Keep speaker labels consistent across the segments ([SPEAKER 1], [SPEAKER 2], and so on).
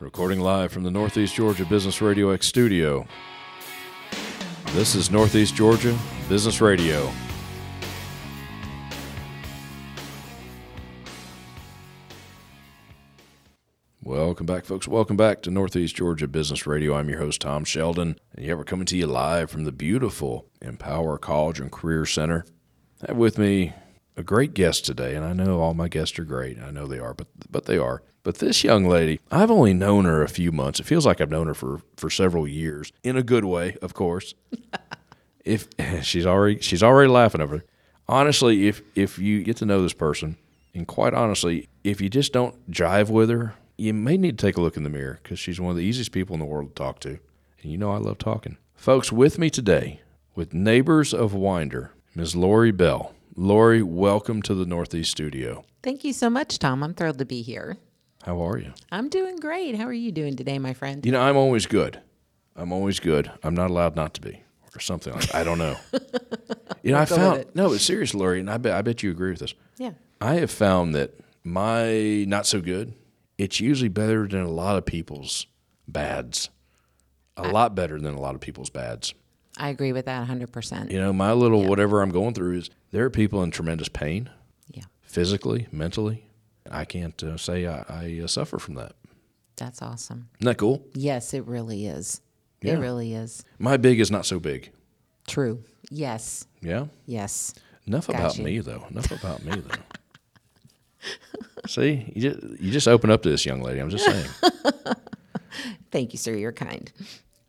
[SPEAKER 1] recording live from the Northeast Georgia Business Radio X studio. This is Northeast Georgia Business Radio. Welcome back, folks. Welcome back to Northeast Georgia Business Radio. I'm your host, Tom Sheldon, and yeah, we're coming to you live from the beautiful Empower College and Career Center. I have with me a great guest today, and I know all my guests are great. I know they are, but but they are. But this young lady, I've only known her a few months. It feels like I've known her for for several years, in a good way, of course. if she's already she's already laughing over it. Honestly, if if you get to know this person, and quite honestly, if you just don't jive with her, you may need to take a look in the mirror because she's one of the easiest people in the world to talk to. And you know I love talking, folks. With me today, with neighbors of Winder, Ms. Lori Bell. Lori, welcome to the Northeast Studio.
[SPEAKER 2] Thank you so much, Tom. I'm thrilled to be here.
[SPEAKER 1] How are you?
[SPEAKER 2] I'm doing great. How are you doing today, my friend?
[SPEAKER 1] You know, I'm always good. I'm always good. I'm not allowed not to be, or something like I don't know. you know, I
[SPEAKER 2] with
[SPEAKER 1] found
[SPEAKER 2] it.
[SPEAKER 1] no, but seriously, Lori, and I bet I bet you agree with this.
[SPEAKER 2] Yeah.
[SPEAKER 1] I have found that my not so good, it's usually better than a lot of people's bads. A lot better than a lot of people's bads.
[SPEAKER 2] I agree with that 100%.
[SPEAKER 1] You know, my little whatever I'm going through is there are people in tremendous pain.
[SPEAKER 2] Yeah.
[SPEAKER 1] physically, mentally. I can't uh, say I, I uh, suffer from that.
[SPEAKER 2] That's awesome.
[SPEAKER 1] Isn't that cool?
[SPEAKER 2] Yes, it really is.
[SPEAKER 1] Yeah.
[SPEAKER 2] It really is.
[SPEAKER 1] My big is not so big.
[SPEAKER 2] True. Yes.
[SPEAKER 1] Yeah.
[SPEAKER 2] Yes.
[SPEAKER 1] Enough about
[SPEAKER 2] Gotcha.
[SPEAKER 1] me though. Enough about me though. See, you just, you just open up to this young lady. I'm just saying.
[SPEAKER 2] Thank you, sir. You're kind.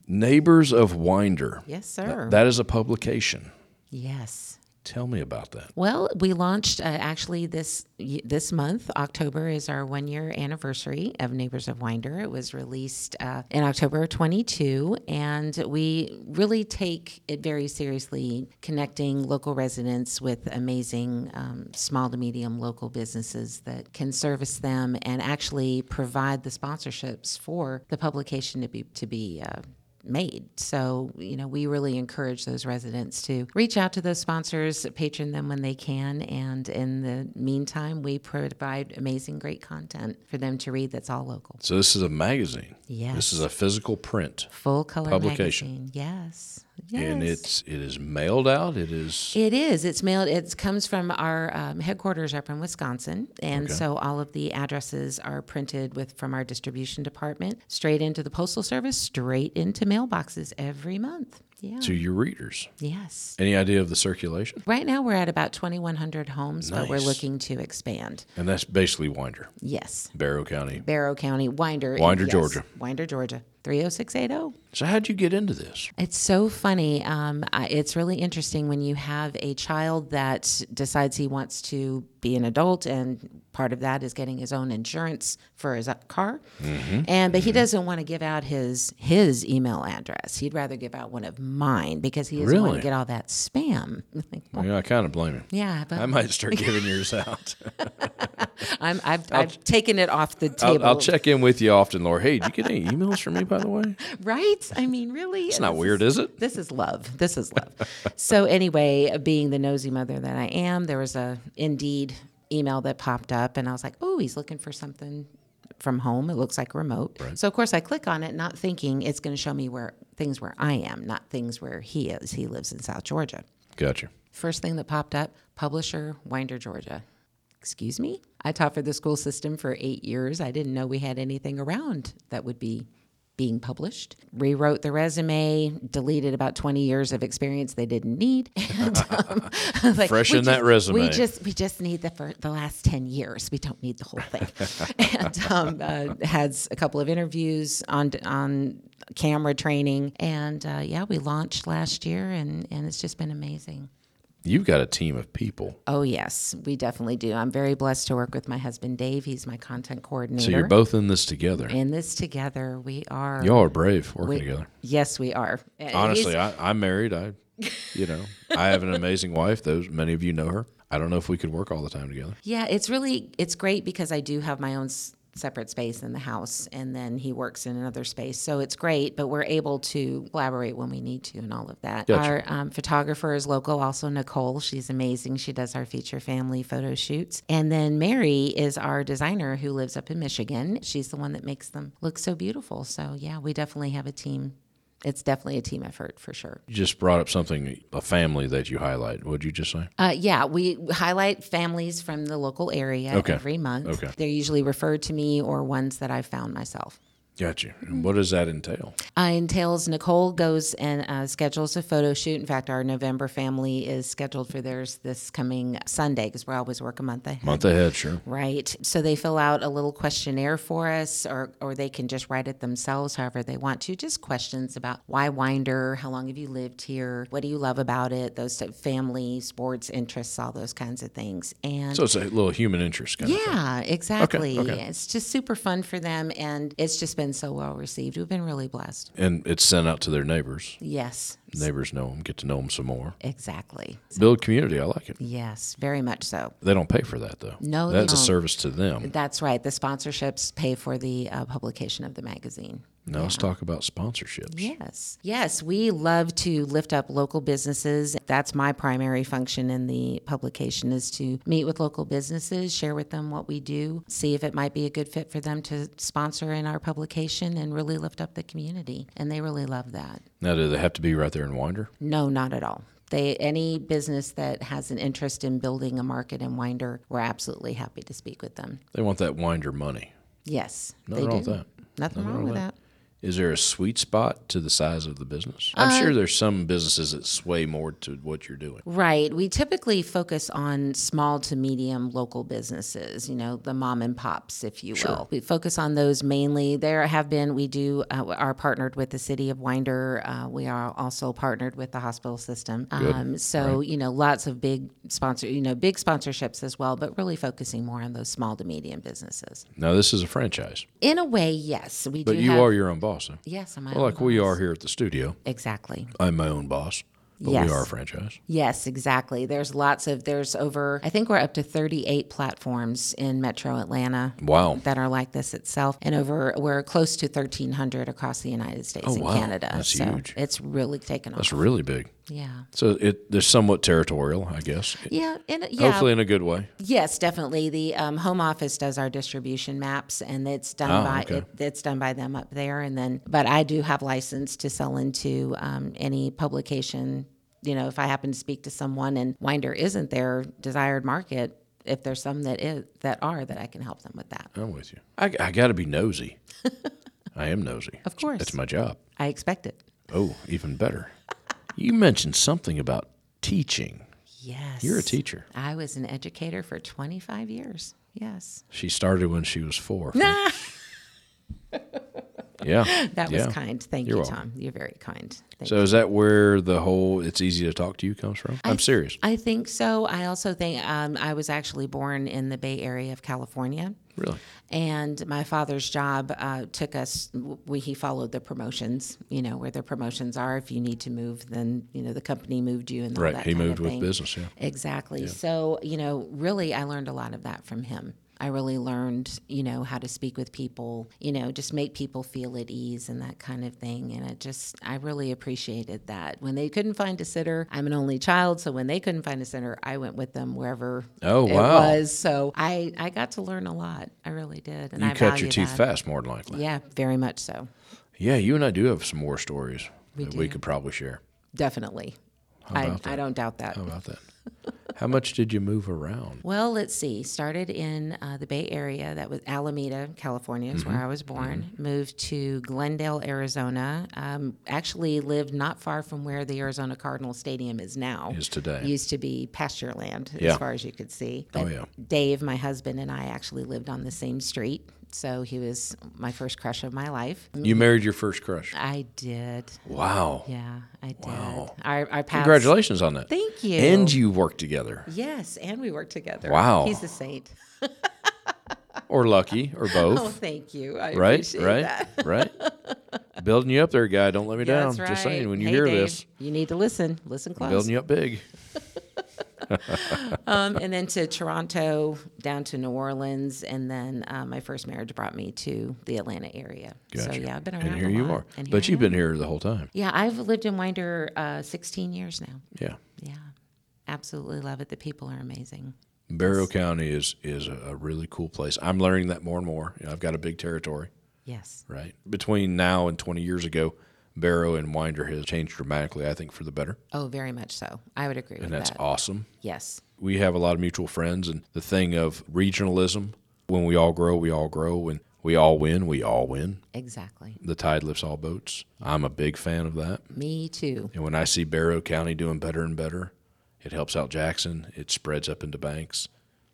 [SPEAKER 1] Neighbors of Winder.
[SPEAKER 2] Yes,
[SPEAKER 1] Th-
[SPEAKER 2] sir.
[SPEAKER 1] that is a publication.
[SPEAKER 2] yes.
[SPEAKER 1] Tell me about that.
[SPEAKER 2] Well, we launched uh, actually this y- this month. October is our one year anniversary of Neighbors of Winder. It was released uh, in October of 22, and we really take it very seriously, connecting local residents with amazing um, small to medium local businesses that can service them and actually provide the sponsorships for the publication to be to be. Uh, made. So, you know, we really encourage those residents to reach out to those sponsors, patron them when they can, and in the meantime, we provide amazing great content for them to read that's all local.
[SPEAKER 1] So this is a magazine. This
[SPEAKER 2] Yes.
[SPEAKER 1] is a physical print,
[SPEAKER 2] Full color
[SPEAKER 1] Publication.
[SPEAKER 2] magazine. Yes. Yes.
[SPEAKER 1] and it's it is mailed out. It is
[SPEAKER 2] It is. It's mailed. It comes from our um, headquarters up in Wisconsin, and so all of the addresses are printed with from our distribution department straight into the postal service, straight into mailboxes every month. Yeah.
[SPEAKER 1] to your readers.
[SPEAKER 2] yes.
[SPEAKER 1] Any idea of the circulation?
[SPEAKER 2] Right now, we're at about 2,100 homes, but we're
[SPEAKER 1] Nice.
[SPEAKER 2] looking to expand.
[SPEAKER 1] And that's basically Winder,
[SPEAKER 2] Yes.
[SPEAKER 1] Barrow County,
[SPEAKER 2] Barrow County, Winder.
[SPEAKER 1] Winder,
[SPEAKER 2] yes.
[SPEAKER 1] Georgia.
[SPEAKER 2] Winder, Georgia. 30680.
[SPEAKER 1] So how'd you get into this?
[SPEAKER 2] It's so funny. Um, I- it's really interesting when you have a child that decides he wants to be an adult, and part of that is getting his own insurance for his uh, car.
[SPEAKER 1] Mm-hmm.
[SPEAKER 2] And but he doesn't want to give out his his email address. He'd rather give out one of mine because he doesn't want
[SPEAKER 1] Really?
[SPEAKER 2] to get all that spam.
[SPEAKER 1] yeah, I kind of blame him.
[SPEAKER 2] yeah, but
[SPEAKER 1] I might start giving yours out.
[SPEAKER 2] I'm, I've, I've taken it off the
[SPEAKER 1] I'll,
[SPEAKER 2] table.
[SPEAKER 1] I'll check in with you often, Laura. Hey, did you get any emails from me, by the way?
[SPEAKER 2] Right? I mean, really?
[SPEAKER 1] It's not weird, is it?
[SPEAKER 2] This is love. This is love. so anyway, being the nosy mother that I am, there was a Indeed email that popped up, and I was like, "Oh, he's looking for something from home. It looks like remote." So of course, I click on it, not thinking it's going to show me where things where I am, not things where he is. He lives in South Georgia.
[SPEAKER 1] Gotcha.
[SPEAKER 2] First thing that popped up publisher, Winder, Georgia. Excuse me? I taught for the school system for eight years. I didn't know we had anything around that would be being published. Rewrote the resume, deleted about 20 years of experience they didn't need. And, um, like,
[SPEAKER 1] Freshen
[SPEAKER 2] we
[SPEAKER 1] that
[SPEAKER 2] just-
[SPEAKER 1] resume.
[SPEAKER 2] We just, we just need the, fir- the last 10 years. We don't need the whole thing. and um, uh, had s- a couple of interviews on, on camera training. And uh, yeah, we launched last year, and, and it's just been amazing.
[SPEAKER 1] You've got a team of people.
[SPEAKER 2] Oh yes, we definitely do. I'm very blessed to work with my husband Dave. He's my content coordinator.
[SPEAKER 1] So you're both in this together.
[SPEAKER 2] in this together. We are.
[SPEAKER 1] Y'all are brave working
[SPEAKER 2] we-
[SPEAKER 1] together.
[SPEAKER 2] Yes, we are. And
[SPEAKER 1] Honestly,
[SPEAKER 2] he's-
[SPEAKER 1] I, I'm married. I, you know, I have an amazing wife. Those many of you know her. I don't know if we could work all the time together.
[SPEAKER 2] yeah, it's really it's great because I do have my own s- separate space in the house, and then he works in another space. So it's great, but we're able to collaborate when we need to and all of that.
[SPEAKER 1] Gotcha.
[SPEAKER 2] Our um, photographer is local, also Nicole. She's amazing. She does our feature family photo shoots. And then Mary is our designer who lives up in Michigan. She's the one that makes them look so beautiful. So yeah, we definitely have a team. It's definitely a team effort for sure.
[SPEAKER 1] You just brought up something, a family that you highlight. Would you just say?
[SPEAKER 2] Uh, yeah, we highlight families from the local area
[SPEAKER 1] Okay.
[SPEAKER 2] every month.
[SPEAKER 1] Okay.
[SPEAKER 2] They're usually referred to me or ones that I've found myself.
[SPEAKER 1] Got you. And what does that entail?
[SPEAKER 2] Uh, entails Nicole goes and uh, schedules a photo shoot. In fact, our November family is scheduled for theirs this coming Sunday because we always work a month ahead.
[SPEAKER 1] Month ahead, sure.
[SPEAKER 2] Right. So they fill out a little questionnaire for us, or, or they can just write it themselves, however they want to. Just questions about why Winder, how long have you lived here, what do you love about it, those type, family, sports, interests, all those kinds of things. And
[SPEAKER 1] So it's a little human interest kind of thing.
[SPEAKER 2] yeah, exactly.
[SPEAKER 1] okay.
[SPEAKER 2] It's just super fun for them, and it's just been so well received. We've been really blessed.
[SPEAKER 1] And it's sent out to their neighbors.
[SPEAKER 2] Yes,
[SPEAKER 1] Neighbors know them, get to know them some more.
[SPEAKER 2] exactly.
[SPEAKER 1] Build community. I like it.
[SPEAKER 2] Yes, very much so.
[SPEAKER 1] They don't pay for that, though.
[SPEAKER 2] No, they
[SPEAKER 1] That's a
[SPEAKER 2] don't.
[SPEAKER 1] service to them.
[SPEAKER 2] That's right. The sponsorships pay for the uh, publication of the magazine.
[SPEAKER 1] Now let's talk about sponsorships.
[SPEAKER 2] Yes. Yes, we love to lift up local businesses. That's my primary function in the publication is to meet with local businesses, share with them what we do, see if it might be a good fit for them to sponsor in our publication and really lift up the community. And they really love that.
[SPEAKER 1] Now, do they have to be right there in Winder?
[SPEAKER 2] No, not at all. They any business that has an interest in building a market in Winder, we're absolutely happy to speak with them.
[SPEAKER 1] They want that Winder money.
[SPEAKER 2] Yes.
[SPEAKER 1] Nothing
[SPEAKER 2] they
[SPEAKER 1] wrong
[SPEAKER 2] do.
[SPEAKER 1] with that.
[SPEAKER 2] Nothing, wrong with that.
[SPEAKER 1] Is there a sweet spot to the size of the business? I'm
[SPEAKER 2] Uh,
[SPEAKER 1] sure there's some businesses that sway more to what you're doing.
[SPEAKER 2] Right. We typically focus on small to medium local businesses, you know, the mom and pops, if you will. We focus on those mainly. There have been, we do, uh, are partnered with the city of Winder. Uh, we are also partnered with the hospital system. Um, so, you know, lots of big sponsor, you know, big sponsorships as well, but really focusing more on those small to medium businesses.
[SPEAKER 1] Now, this is a franchise,
[SPEAKER 2] In a way, yes, we
[SPEAKER 1] but
[SPEAKER 2] do.
[SPEAKER 1] you
[SPEAKER 2] have,
[SPEAKER 1] are your own boss. Though.
[SPEAKER 2] Yes, am I?
[SPEAKER 1] Well, like we are here at the studio.
[SPEAKER 2] Exactly.
[SPEAKER 1] I'm my own boss, but
[SPEAKER 2] Yes.
[SPEAKER 1] we are a franchise.
[SPEAKER 2] Yes, exactly. There's lots of, there's over, I think we're up to 38 platforms in metro Atlanta
[SPEAKER 1] Wow.
[SPEAKER 2] that are like this itself. And over, we're close to 1,300 across the United States and
[SPEAKER 1] Oh, wow.
[SPEAKER 2] Canada.
[SPEAKER 1] That's
[SPEAKER 2] so
[SPEAKER 1] huge.
[SPEAKER 2] it's really taken off.
[SPEAKER 1] That's really big.
[SPEAKER 2] Yeah.
[SPEAKER 1] So it they're somewhat territorial, I guess.
[SPEAKER 2] Yeah. And, yeah.
[SPEAKER 1] Hopefully in a good way.
[SPEAKER 2] Yes, definitely. The um, home office does our distribution maps, and it's done
[SPEAKER 1] Ah,
[SPEAKER 2] by
[SPEAKER 1] okay.
[SPEAKER 2] it, it's done by them up there. And then, but I do have license to sell into um, any publication. You know, if I happen to speak to someone and Winder isn't their desired market, if there's some that is that are that I can help them with that.
[SPEAKER 1] I'm with you. I, I got to be nosy. I am nosy.
[SPEAKER 2] Of course,
[SPEAKER 1] That's my job.
[SPEAKER 2] I expect it.
[SPEAKER 1] Oh, even better. You mentioned something about teaching.
[SPEAKER 2] Yes,
[SPEAKER 1] You're a teacher.
[SPEAKER 2] I was an educator for 25 years. Yes,
[SPEAKER 1] She started when she was four. yeah. yeah.
[SPEAKER 2] that was kind. Thank
[SPEAKER 1] You're
[SPEAKER 2] you,
[SPEAKER 1] welcome.
[SPEAKER 2] Tom. You're very kind. Thank
[SPEAKER 1] So is that where the whole "it's easy to talk to you" comes from? I'm serious.
[SPEAKER 2] I think so. I also think um, I was actually born in the Bay Area of California.
[SPEAKER 1] Really?
[SPEAKER 2] Oh, And my father's job uh, took us. We, he followed the promotions, you know, where the promotions are. If you need to move, then you know the company moved you, and all
[SPEAKER 1] Right.
[SPEAKER 2] that
[SPEAKER 1] He
[SPEAKER 2] kind
[SPEAKER 1] moved
[SPEAKER 2] of
[SPEAKER 1] with
[SPEAKER 2] thing.
[SPEAKER 1] business. Yeah.
[SPEAKER 2] Exactly. So, you know, really, I learned a lot of that from him. I really learned, you know, how to speak with people, you know, just make people feel at ease and that kind of thing. And it just, I really appreciated that. When they couldn't find a sitter, I'm an only child. So when they couldn't find a sitter, I went with them wherever
[SPEAKER 1] Oh,
[SPEAKER 2] it
[SPEAKER 1] wow.
[SPEAKER 2] was. So I, I got to learn a lot. I really did. And
[SPEAKER 1] You
[SPEAKER 2] I
[SPEAKER 1] cut
[SPEAKER 2] value
[SPEAKER 1] your teeth
[SPEAKER 2] that.
[SPEAKER 1] fast, more than likely.
[SPEAKER 2] Yeah, very much so.
[SPEAKER 1] Yeah. You and I do have some more stories that we
[SPEAKER 2] do.
[SPEAKER 1] could probably share
[SPEAKER 2] Definitely. I,
[SPEAKER 1] about
[SPEAKER 2] I don't doubt that.
[SPEAKER 1] about that. How much did you move around?
[SPEAKER 2] Well, let's see. Started in uh, the Bay Area. That was Alameda, California, is
[SPEAKER 1] Mm-hmm.
[SPEAKER 2] where I was born. Moved to Glendale, Arizona. Um, actually, lived not far from where the Arizona Cardinal Stadium is now.
[SPEAKER 1] Is today.
[SPEAKER 2] Used to be pasture land,
[SPEAKER 1] Yeah.
[SPEAKER 2] as far as you could see.
[SPEAKER 1] Oh,
[SPEAKER 2] But
[SPEAKER 1] yeah.
[SPEAKER 2] Dave, my husband, and I actually lived on the same street. So he was my first crush of my life.
[SPEAKER 1] You married your first crush.
[SPEAKER 2] I did.
[SPEAKER 1] Wow.
[SPEAKER 2] Yeah, I did.
[SPEAKER 1] Wow.
[SPEAKER 2] Our, our paths.
[SPEAKER 1] Congratulations on that.
[SPEAKER 2] Thank you.
[SPEAKER 1] And you worked together,
[SPEAKER 2] Yes, and we worked together.
[SPEAKER 1] Wow.
[SPEAKER 2] He's a saint.
[SPEAKER 1] or lucky, or
[SPEAKER 2] Oh,
[SPEAKER 1] both.
[SPEAKER 2] thank you. I
[SPEAKER 1] right.
[SPEAKER 2] appreciate
[SPEAKER 1] Right.
[SPEAKER 2] that.
[SPEAKER 1] Right. Building you up there, guy. Don't let me down.
[SPEAKER 2] That's right.
[SPEAKER 1] Just saying, when you
[SPEAKER 2] Hey,
[SPEAKER 1] hear
[SPEAKER 2] Dave,
[SPEAKER 1] this,
[SPEAKER 2] you need to listen. Listen close.
[SPEAKER 1] building you up big.
[SPEAKER 2] um, and then to Toronto, down to New Orleans, and then uh, my first marriage brought me to the Atlanta area. So
[SPEAKER 1] Gotcha.
[SPEAKER 2] yeah, I've been around.
[SPEAKER 1] and
[SPEAKER 2] a
[SPEAKER 1] here you
[SPEAKER 2] lot.
[SPEAKER 1] are.
[SPEAKER 2] And
[SPEAKER 1] but
[SPEAKER 2] here I
[SPEAKER 1] you've
[SPEAKER 2] am.
[SPEAKER 1] been here the whole time.
[SPEAKER 2] Yeah, I've lived in Winder uh, 16 years now.
[SPEAKER 1] Yeah.
[SPEAKER 2] Yeah, absolutely love it. The people are amazing.
[SPEAKER 1] Barrow County is is a, a really cool place. I'm learning that more and more. You know, I've got a big territory,
[SPEAKER 2] Yes.
[SPEAKER 1] right? Between now and 20 years ago, Barrow and Winder has changed dramatically, I think, for the better.
[SPEAKER 2] Oh, very much so. I would agree with
[SPEAKER 1] And that's
[SPEAKER 2] that.
[SPEAKER 1] awesome.
[SPEAKER 2] Yes.
[SPEAKER 1] We have a lot of mutual friends, and the thing of regionalism when we all grow, we all grow. and we all win, we all win.
[SPEAKER 2] Exactly.
[SPEAKER 1] The tide lifts all boats. I'm a big fan of that.
[SPEAKER 2] Me too.
[SPEAKER 1] And when I see Barrow County doing better and better, it helps out Jackson. It spreads up into Banks.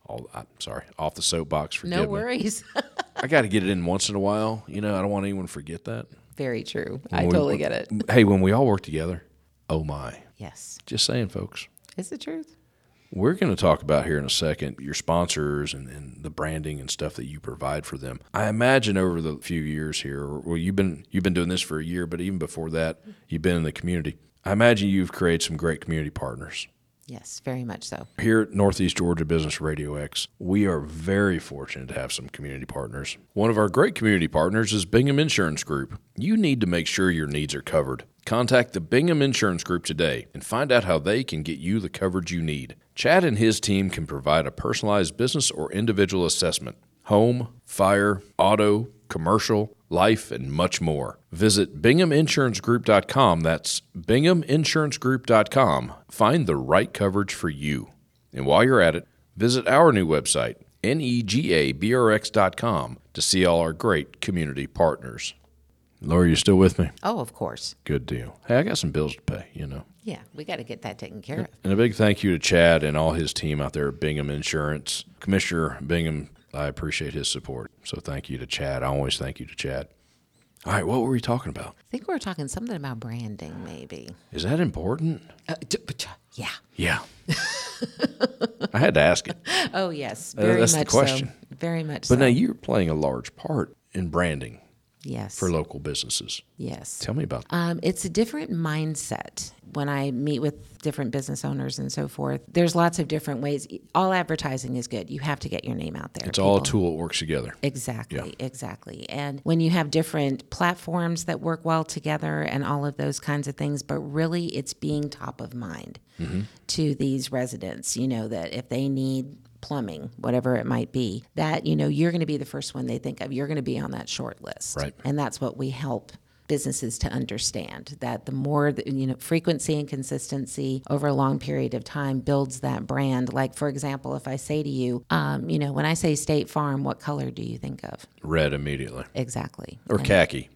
[SPEAKER 1] All, I'm sorry, off the soapbox. Forgive
[SPEAKER 2] No
[SPEAKER 1] me.
[SPEAKER 2] worries.
[SPEAKER 1] I got to get it in once in a while. You know, I don't want anyone to forget that.
[SPEAKER 2] very true. I
[SPEAKER 1] When we-
[SPEAKER 2] totally get it.
[SPEAKER 1] Hey, when we all work together, oh my.
[SPEAKER 2] Yes.
[SPEAKER 1] Just saying, folks.
[SPEAKER 2] It's the truth.
[SPEAKER 1] We're going to talk about here in a second your sponsors and, and the branding and stuff that you provide for them. I imagine over the few years here, well, you've been you've been doing this for a year, but even before that, you've been in the community. I imagine you've created some great community partners.
[SPEAKER 2] Yes, very much so.
[SPEAKER 1] Here at Northeast Georgia Business Radio X, we are very fortunate to have some community partners. One of our great community partners is Bingham Insurance Group. You need to make sure your needs are covered. Contact the Bingham Insurance Group today and find out how they can get you the coverage you need. Chad and his team can provide a personalized business or individual assessment home, fire, auto, commercial, life, and much more. Visit binghaminsuranceGroup.com. That's binghaminsuranceGroup.com. Find the right coverage for you. And while you're at it, visit our new website, E negabrx.com, to see all our great community partners. Laura, you still with me?
[SPEAKER 2] Oh, of course.
[SPEAKER 1] Good deal. Hey, I got some bills to pay, you know.
[SPEAKER 2] Yeah, we got to get that taken care of.
[SPEAKER 1] And a big thank you to Chad and all his team out there at Bingham Insurance. Commissioner Bingham, I appreciate his support. So thank you to Chad. I always thank you to Chad. All right, what were we talking about?
[SPEAKER 2] I think we were talking something about branding, maybe.
[SPEAKER 1] Is that important?
[SPEAKER 2] Uh, d- but, uh, yeah.
[SPEAKER 1] Yeah. I had to ask it.
[SPEAKER 2] Oh, yes. Very
[SPEAKER 1] Uh, that's the
[SPEAKER 2] much
[SPEAKER 1] question.
[SPEAKER 2] so. Very much
[SPEAKER 1] But
[SPEAKER 2] so.
[SPEAKER 1] now you're playing a large part in branding
[SPEAKER 2] yes.
[SPEAKER 1] for local businesses.
[SPEAKER 2] yes.
[SPEAKER 1] Tell me about that.
[SPEAKER 2] Um, it's a different mindset. When I meet with different business owners and so forth, there's lots of different ways. All advertising is good. You have to get your name out there.
[SPEAKER 1] It's all a tool that works together.
[SPEAKER 2] Exactly, exactly. And when you have different platforms that work well together and all of those kinds of things, but really it's being top of mind to these residents, you know, that if they need plumbing, whatever it might be, that, you know, you're going to be the first one they think of. You're going to be on that short list.
[SPEAKER 1] Right.
[SPEAKER 2] And that's what we help businesses to understand that the more that, you know frequency and consistency over a long period of time builds that brand like for example if i say to you um, you know when i say state farm what color do you think of
[SPEAKER 1] Red immediately.
[SPEAKER 2] exactly
[SPEAKER 1] Or khaki.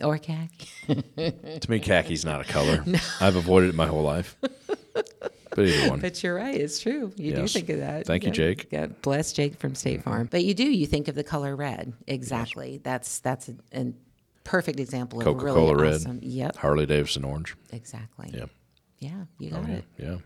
[SPEAKER 2] or khaki
[SPEAKER 1] To me, khaki's not a color. I've avoided it my whole life. But either one.
[SPEAKER 2] but you're right it's true you
[SPEAKER 1] Yes.
[SPEAKER 2] do think of that
[SPEAKER 1] Thank you,
[SPEAKER 2] Yeah.
[SPEAKER 1] Jake.
[SPEAKER 2] Yeah, bless jake Mm-hmm. from state farm but you do you think of the color red exactly that's that's a, a perfect example of a
[SPEAKER 1] Coca-Cola
[SPEAKER 2] really
[SPEAKER 1] red.
[SPEAKER 2] awesome yep
[SPEAKER 1] Harley Davidson orange.
[SPEAKER 2] exactly
[SPEAKER 1] Yeah.
[SPEAKER 2] Oh, yeah you got it
[SPEAKER 1] Yeah.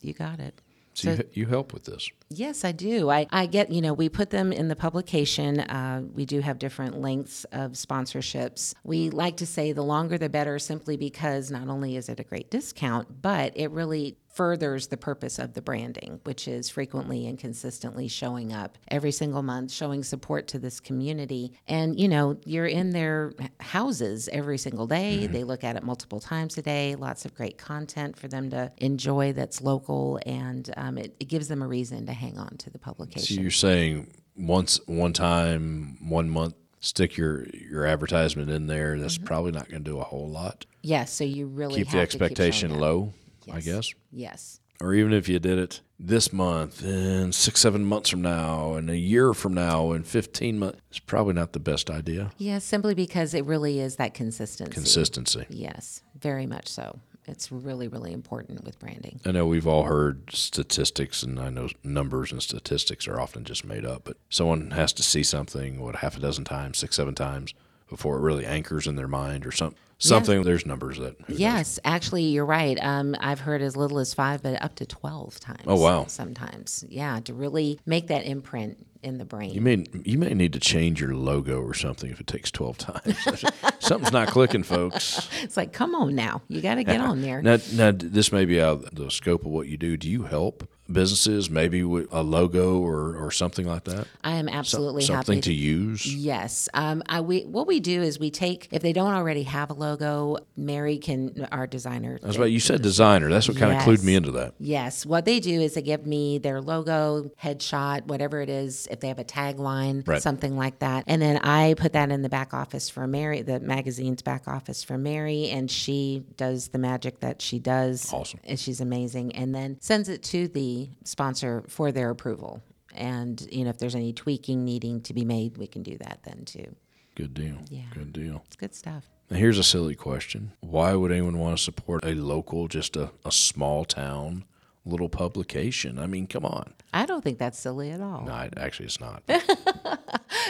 [SPEAKER 2] you got it
[SPEAKER 1] So, you, you help with this.
[SPEAKER 2] Yes, I do. I, I get, you know, we put them in the publication. Uh, we do have different lengths of sponsorships. We like to say the longer the better simply because not only is it a great discount, but it really furthers the purpose of the branding, which is frequently and consistently showing up every single month, showing support to this community. And, you know, you're in their h- houses every single day.
[SPEAKER 1] Mm-hmm.
[SPEAKER 2] They look at it multiple times a day, lots of great content for them to enjoy that's local, and um, it, it gives them a reason to hang on to the
[SPEAKER 1] So
[SPEAKER 2] publication.
[SPEAKER 1] you're saying once, one time, one month, stick your your advertisement in there. That's probably not going to do a whole lot.
[SPEAKER 2] Yes, so you really
[SPEAKER 1] Keep
[SPEAKER 2] have
[SPEAKER 1] the
[SPEAKER 2] to showing
[SPEAKER 1] expectation
[SPEAKER 2] up.
[SPEAKER 1] low, I
[SPEAKER 2] Yes.
[SPEAKER 1] guess.
[SPEAKER 2] Yes,
[SPEAKER 1] Or even if you did it this month, and six, seven months from now, and a year from now, and fifteen months, it's probably not the best idea.
[SPEAKER 2] yeah, simply because it really is that consistency.
[SPEAKER 1] Consistency.
[SPEAKER 2] yes, very much so. It's really, really important with branding.
[SPEAKER 1] I know we've all heard statistics, and I know numbers and statistics are often just made up, but someone has to see something, what, half a dozen times, six, seven times before it really anchors in their mind or something. Something, there's numbers that.
[SPEAKER 2] Yes, actually, you're right. Um, I've heard as little as five, but up to 12 times.
[SPEAKER 1] Oh, wow.
[SPEAKER 2] Sometimes. Yeah, to really make that imprint in the brain.
[SPEAKER 1] You may, you may need to change your logo or something if it takes 12 times. Something's not clicking, folks.
[SPEAKER 2] it's like, come on now. You got to get on there.
[SPEAKER 1] Now, now, this may be out of the scope of what you do. Do you help businesses, maybe with a logo or, or something like that?
[SPEAKER 2] I am absolutely
[SPEAKER 1] something
[SPEAKER 2] happy
[SPEAKER 1] to use?
[SPEAKER 2] Yes. Um, I, we, what we do is we take, if they don't already have a logo, Mary can, our designer.
[SPEAKER 1] That's what you said designer. That's what kind of clued
[SPEAKER 2] Yes.
[SPEAKER 1] me into that.
[SPEAKER 2] Yes. What they do is they give me their logo, headshot, whatever it is, if they have a tagline,
[SPEAKER 1] Right.
[SPEAKER 2] something like that. And then I put that in the back office for Mary, the magazine's back office for Mary, and she does the magic that she does.
[SPEAKER 1] Awesome.
[SPEAKER 2] And she's amazing. And then sends it to the sponsor for their approval. And, you know, if there's any tweaking needing to be made, we can do that then too.
[SPEAKER 1] Good deal. Good deal.
[SPEAKER 2] It's good stuff.
[SPEAKER 1] Now, here's a silly question. Why would anyone want to support a local, just a, a small town little publication? I mean, come on.
[SPEAKER 2] I don't think that's silly at all.
[SPEAKER 1] No, I- actually, it's not.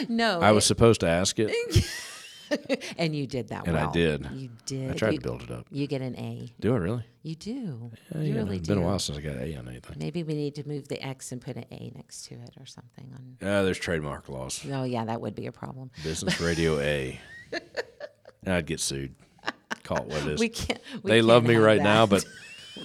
[SPEAKER 2] No.
[SPEAKER 1] I was supposed to ask it,
[SPEAKER 2] and you did that
[SPEAKER 1] and
[SPEAKER 2] well.
[SPEAKER 1] I did.
[SPEAKER 2] You did.
[SPEAKER 1] I tried
[SPEAKER 2] you,
[SPEAKER 1] to build it up.
[SPEAKER 2] you get an A.
[SPEAKER 1] Do I really?
[SPEAKER 2] You do.
[SPEAKER 1] Yeah,
[SPEAKER 2] you
[SPEAKER 1] you know,
[SPEAKER 2] really
[SPEAKER 1] it's
[SPEAKER 2] do.
[SPEAKER 1] been a while since I got an A on anything.
[SPEAKER 2] Maybe we need to move the X and put an A next to it or something. On.
[SPEAKER 1] Yeah, Ah, there's trademark laws.
[SPEAKER 2] No, yeah, that would be a problem.
[SPEAKER 1] Business Radio A. And I'd get sued. Call it what it is.
[SPEAKER 2] We can't. We
[SPEAKER 1] they
[SPEAKER 2] can't
[SPEAKER 1] love me
[SPEAKER 2] have
[SPEAKER 1] right
[SPEAKER 2] that.
[SPEAKER 1] now, but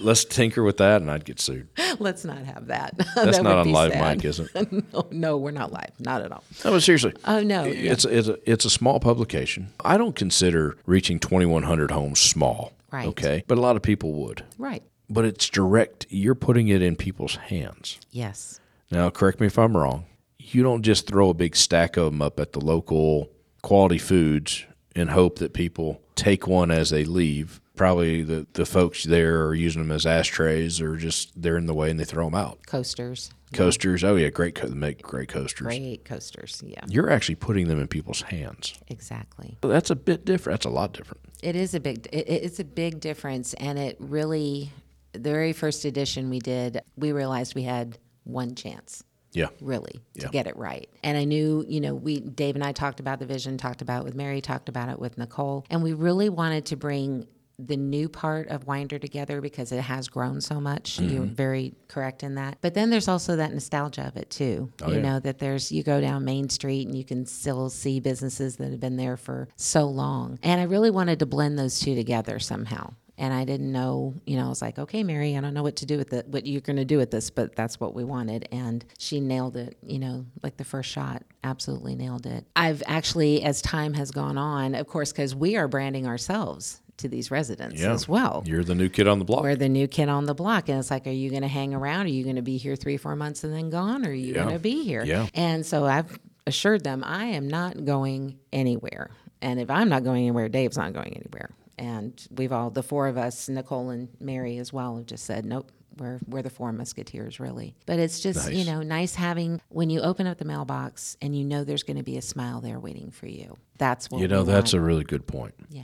[SPEAKER 1] let's tinker with that, and I'd get sued.
[SPEAKER 2] let's not have that.
[SPEAKER 1] That's
[SPEAKER 2] That
[SPEAKER 1] not
[SPEAKER 2] would
[SPEAKER 1] on
[SPEAKER 2] be
[SPEAKER 1] live
[SPEAKER 2] sad.
[SPEAKER 1] mic, is it?
[SPEAKER 2] no, no, we're not live. Not at all.
[SPEAKER 1] No, but seriously.
[SPEAKER 2] Oh, no,
[SPEAKER 1] i-
[SPEAKER 2] yeah.
[SPEAKER 1] It's it's a, it's a small publication. I don't consider reaching 2100 homes small.
[SPEAKER 2] Right.
[SPEAKER 1] Okay. But a lot of people would.
[SPEAKER 2] Right.
[SPEAKER 1] But it's direct. You're putting it in people's hands.
[SPEAKER 2] Yes.
[SPEAKER 1] Now, correct me if I'm wrong. You don't just throw a big stack of them up at the local quality foods and hope that people take one as they leave. Probably the, the folks there are using them as ashtrays or just they're in the way and they throw them out.
[SPEAKER 2] Coasters.
[SPEAKER 1] Coasters. Oh, yeah. Great. Co- they make great coasters.
[SPEAKER 2] Great coasters. Yeah.
[SPEAKER 1] You're actually putting them in people's hands.
[SPEAKER 2] Exactly.
[SPEAKER 1] But that's a bit different. That's a lot different.
[SPEAKER 2] It is a big. It, it- it's a big difference, and it really. The very first edition we did, we realized we had one chance.
[SPEAKER 1] Yeah.
[SPEAKER 2] really
[SPEAKER 1] Yeah.
[SPEAKER 2] to get it right and i knew you know we dave and i talked about the vision talked about it with mary talked about it with nicole and we really wanted to bring the new part of winder together because it has grown so much
[SPEAKER 1] Mm-hmm.
[SPEAKER 2] you're very correct in that but then there's also that nostalgia of it too you
[SPEAKER 1] Oh, yeah.
[SPEAKER 2] know that there's you go down main street and you can still see businesses that have been there for so long and i really wanted to blend those two together somehow and I didn't know, you know, I was like, okay, Mary, I don't know what to do with it, what you're going to do with this, but that's what we wanted. And she nailed it, you know, like the first shot, absolutely nailed it. I've actually, as time has gone on, of course, because we are branding ourselves to these residents
[SPEAKER 1] Yeah.
[SPEAKER 2] as well.
[SPEAKER 1] You're the new kid on the block.
[SPEAKER 2] We're the new kid on the block. And it's like, are you going to hang around? Are you going to be here three, four months and then gone? Or are you
[SPEAKER 1] Yeah.
[SPEAKER 2] going to be here?
[SPEAKER 1] Yeah.
[SPEAKER 2] And so I've assured them I am not going anywhere. And if I'm not going anywhere, Dave's not going anywhere. And we've all, the four of us, Nicole and Mary as well, have just said, nope. We're, we're the four musketeers, really. But it's just, you know, nice having when you open up the mailbox and you know there's going to be a smile there waiting for you. That's what
[SPEAKER 1] you know,
[SPEAKER 2] we
[SPEAKER 1] that's
[SPEAKER 2] want.
[SPEAKER 1] a really good point.
[SPEAKER 2] yeah.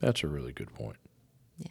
[SPEAKER 1] That's a really good point.
[SPEAKER 2] Yeah.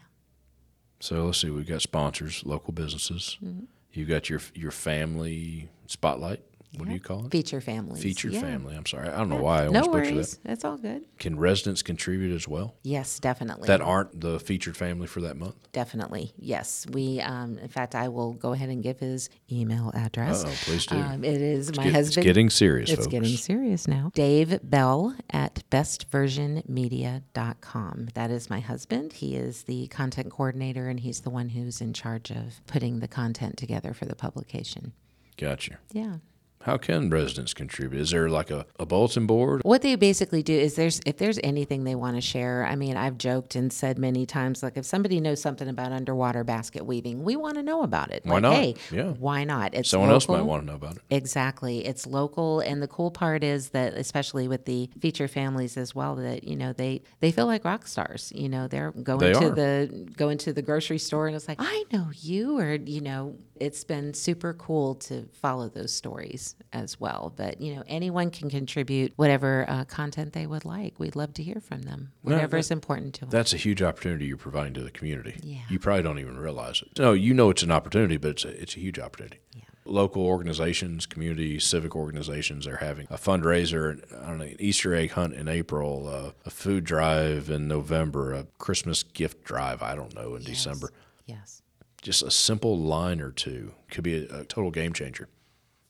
[SPEAKER 1] So let's see. We've got sponsors, local businesses.
[SPEAKER 2] Mm-hmm.
[SPEAKER 1] You've got your your family spotlight. What do you call it?
[SPEAKER 2] Feature families.
[SPEAKER 1] Featured
[SPEAKER 2] Yeah.
[SPEAKER 1] family. I'm sorry. I don't know why I always
[SPEAKER 2] No
[SPEAKER 1] butchered
[SPEAKER 2] worries.
[SPEAKER 1] that.
[SPEAKER 2] That's all good.
[SPEAKER 1] Can residents contribute as well
[SPEAKER 2] Yes, definitely.
[SPEAKER 1] that aren't the featured family for that month?
[SPEAKER 2] definitely. Yes, we. Um, in fact, I will go ahead and give his email address.
[SPEAKER 1] Oh, please do.
[SPEAKER 2] Um, it is my
[SPEAKER 1] Get- it's
[SPEAKER 2] husband.
[SPEAKER 1] getting serious,
[SPEAKER 2] It's
[SPEAKER 1] folks.
[SPEAKER 2] getting serious now. Dave Bell at bestversionmedia.com. That is my husband. He is the content coordinator and he's the one who's in charge of putting the content together for the publication.
[SPEAKER 1] gotcha.
[SPEAKER 2] Yeah.
[SPEAKER 1] How can residents contribute? Is there like a, a bulletin board?
[SPEAKER 2] What they basically do is there's if there's anything they want to share. I mean, I've joked and said many times, like if somebody knows something about underwater basket weaving, we want to know about it. Why
[SPEAKER 1] not?
[SPEAKER 2] Hey,
[SPEAKER 1] Yeah.
[SPEAKER 2] Why not? It's
[SPEAKER 1] Someone else might
[SPEAKER 2] local.
[SPEAKER 1] want to know about it.
[SPEAKER 2] Exactly. It's local and the cool part is that especially with the feature families as well that you know they they feel like rock stars. You know, they're going
[SPEAKER 1] They
[SPEAKER 2] to
[SPEAKER 1] are.
[SPEAKER 2] the going to the grocery store and it's like, "I know you," or you know, it's been super cool to follow those stories as well. But, you know, anyone can contribute whatever uh, content they would like. We'd love to hear from them. Whatever is important to them.
[SPEAKER 1] That's a huge opportunity you're providing to the community.
[SPEAKER 2] Yeah.
[SPEAKER 1] You probably don't even realize it. No, you know it's an opportunity, but it's a, it's a huge opportunity. Yeah. Local organizations, community, civic organizations are having a fundraiser, I don't know, an Easter egg hunt in April, uh, a food drive in November, a Christmas gift drive, I don't know, in December.
[SPEAKER 2] Yes.
[SPEAKER 1] Just a simple line or two could be a, a total game changer.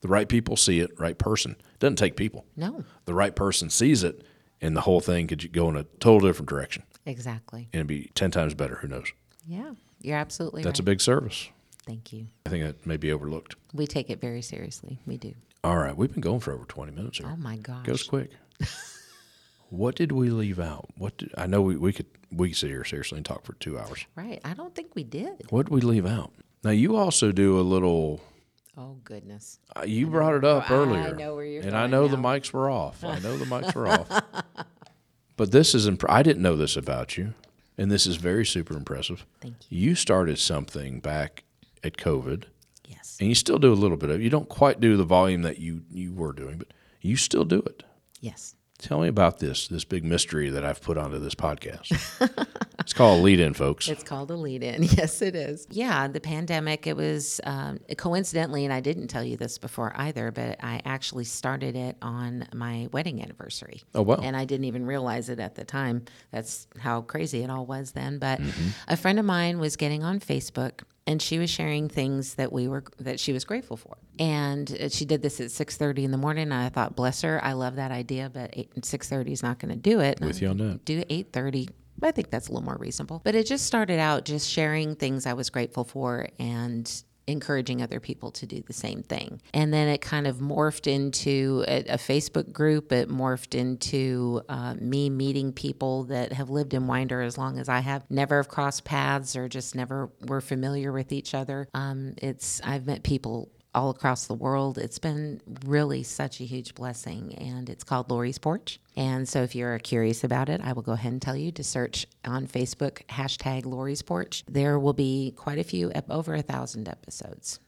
[SPEAKER 1] The right people see it, right person. doesn't take people.
[SPEAKER 2] No.
[SPEAKER 1] The right person sees it, and the whole thing could go in a total different direction
[SPEAKER 2] Exactly.
[SPEAKER 1] and it'd be 10 times better. Who knows?
[SPEAKER 2] Yeah. You're absolutely
[SPEAKER 1] That's
[SPEAKER 2] right.
[SPEAKER 1] a big service.
[SPEAKER 2] Thank you.
[SPEAKER 1] I think that may be overlooked.
[SPEAKER 2] We take it very seriously. We do.
[SPEAKER 1] All right, we've been going for over 20 minutes here.
[SPEAKER 2] Oh my gosh.
[SPEAKER 1] Goes quick. what did we leave out? What did, I know we, we could we could sit here seriously and talk for two hours.
[SPEAKER 2] Right. I don't think we did.
[SPEAKER 1] What did we leave out? Now you also do a little.
[SPEAKER 2] Oh goodness.
[SPEAKER 1] uh, You brought it up
[SPEAKER 2] Oh, I
[SPEAKER 1] earlier.
[SPEAKER 2] know where you're
[SPEAKER 1] And I
[SPEAKER 2] going
[SPEAKER 1] know the
[SPEAKER 2] now.
[SPEAKER 1] mics were off. I know the mics were off. But this is imp- I didn't know this about you, and this is very super impressive.
[SPEAKER 2] Thank
[SPEAKER 1] You started something back at COVID,
[SPEAKER 2] Yes.
[SPEAKER 1] and you still do a little bit of. it. You don't quite do the volume that you you were doing, but you still do it.
[SPEAKER 2] Yes.
[SPEAKER 1] Tell me about this this big mystery that I've put onto this podcast. it's called lead in, folks.
[SPEAKER 2] It's called a lead in. Yes, it is. Yeah, the pandemic, it was um, coincidentally, and I didn't tell you this before either, but I actually started it on my wedding anniversary.
[SPEAKER 1] Oh, wow.
[SPEAKER 2] And I didn't even realize it at the time. That's how crazy it all was then. But a friend of mine was getting on Facebook and she was sharing things that we were that she was grateful for and uh, she did this at 6.30 in the morning and i thought bless her i love that idea but 8, 6.30 is not going to do it
[SPEAKER 1] With you on that.
[SPEAKER 2] do 8:30. I think that's a little more reasonable. But it just started out just sharing things I was grateful for and encouraging other people to do the same thing. And then it kind of morphed into a, a Facebook group. It morphed into uh, me meeting people that have lived in Winder as long as I have, never have crossed paths or just never were familiar with each other. Um, it's I've met people all across the world. It's been really such a huge blessing, and it's called Lori's Porch. And so, if you're curious about it, I will go ahead and tell you to search on Facebook hashtag Lori's Porch. There will be quite a few, ep- over a thousand episodes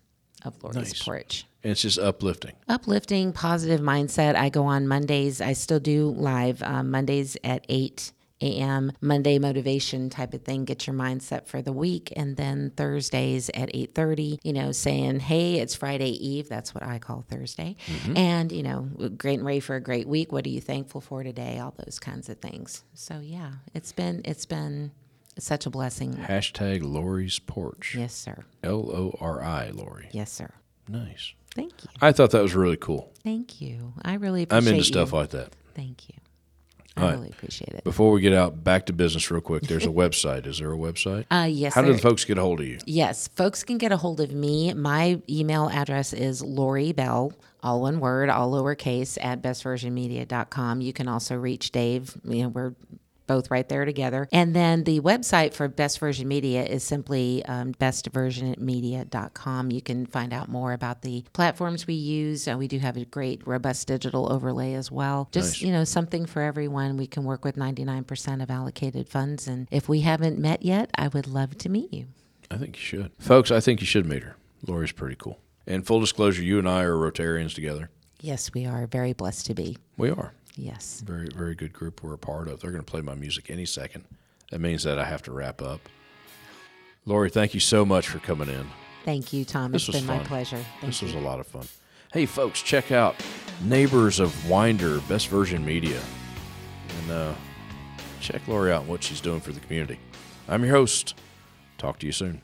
[SPEAKER 2] of Lori's Porch
[SPEAKER 1] And it's just uplifting.
[SPEAKER 2] uplifting positive mindset i go on mondays i still do live um, mondays at 8 a.m monday motivation type of thing get your mindset for the week and then thursdays at 8.30 you know saying hey it's friday eve that's what i call thursday
[SPEAKER 1] Mm-hmm.
[SPEAKER 2] and you know great and ready for a great week what are you thankful for today all those kinds of things so yeah it's been it's been such a blessing
[SPEAKER 1] Hashtag Lori's Porch.
[SPEAKER 2] yes sir
[SPEAKER 1] L O R I, Lori.
[SPEAKER 2] yes sir
[SPEAKER 1] Nice.
[SPEAKER 2] thank you
[SPEAKER 1] I thought that was really cool.
[SPEAKER 2] thank you i really appreciate
[SPEAKER 1] I'm into
[SPEAKER 2] you.
[SPEAKER 1] stuff like that.
[SPEAKER 2] thank you i
[SPEAKER 1] right.
[SPEAKER 2] really appreciate it
[SPEAKER 1] Before we get out back to business real quick, there's a website. Is there a website?
[SPEAKER 2] Uh, yes.
[SPEAKER 1] How do
[SPEAKER 2] there-
[SPEAKER 1] the folks get a hold of you?
[SPEAKER 2] yes, folks can get a hold of me. My email address is Lori Bell, all one word, all lowercase, at bestversionmedia.com. You can also reach Dave. You know, we're both right there together. And then the website for Best Version Media is simply um, bestversionmedia.com. You can find out more about the platforms we use. Uh, we do have a great, robust digital overlay as well. Just, you know, something for everyone. We can work with 99% of allocated funds. And if we haven't met yet, I would love to meet you.
[SPEAKER 1] I think you should. Folks, I think you should meet her. Lori's pretty cool. And full disclosure, you and I are Rotarians together.
[SPEAKER 2] Yes, we are very blessed to be.
[SPEAKER 1] We are.
[SPEAKER 2] Yes.
[SPEAKER 1] Very, very good group we're a part of. They're going to play my music any second. That means that I have to wrap up. Lori, thank you so much for coming in.
[SPEAKER 2] Thank you, Tom.
[SPEAKER 1] This
[SPEAKER 2] It's
[SPEAKER 1] was
[SPEAKER 2] been my
[SPEAKER 1] fun.
[SPEAKER 2] pleasure. Thank
[SPEAKER 1] this
[SPEAKER 2] you.
[SPEAKER 1] was a lot of fun. Hey, folks, check out Neighbors of Winder, Best Version Media. And uh, check Lori out and what she's doing for the community. I'm your host. Talk to you soon.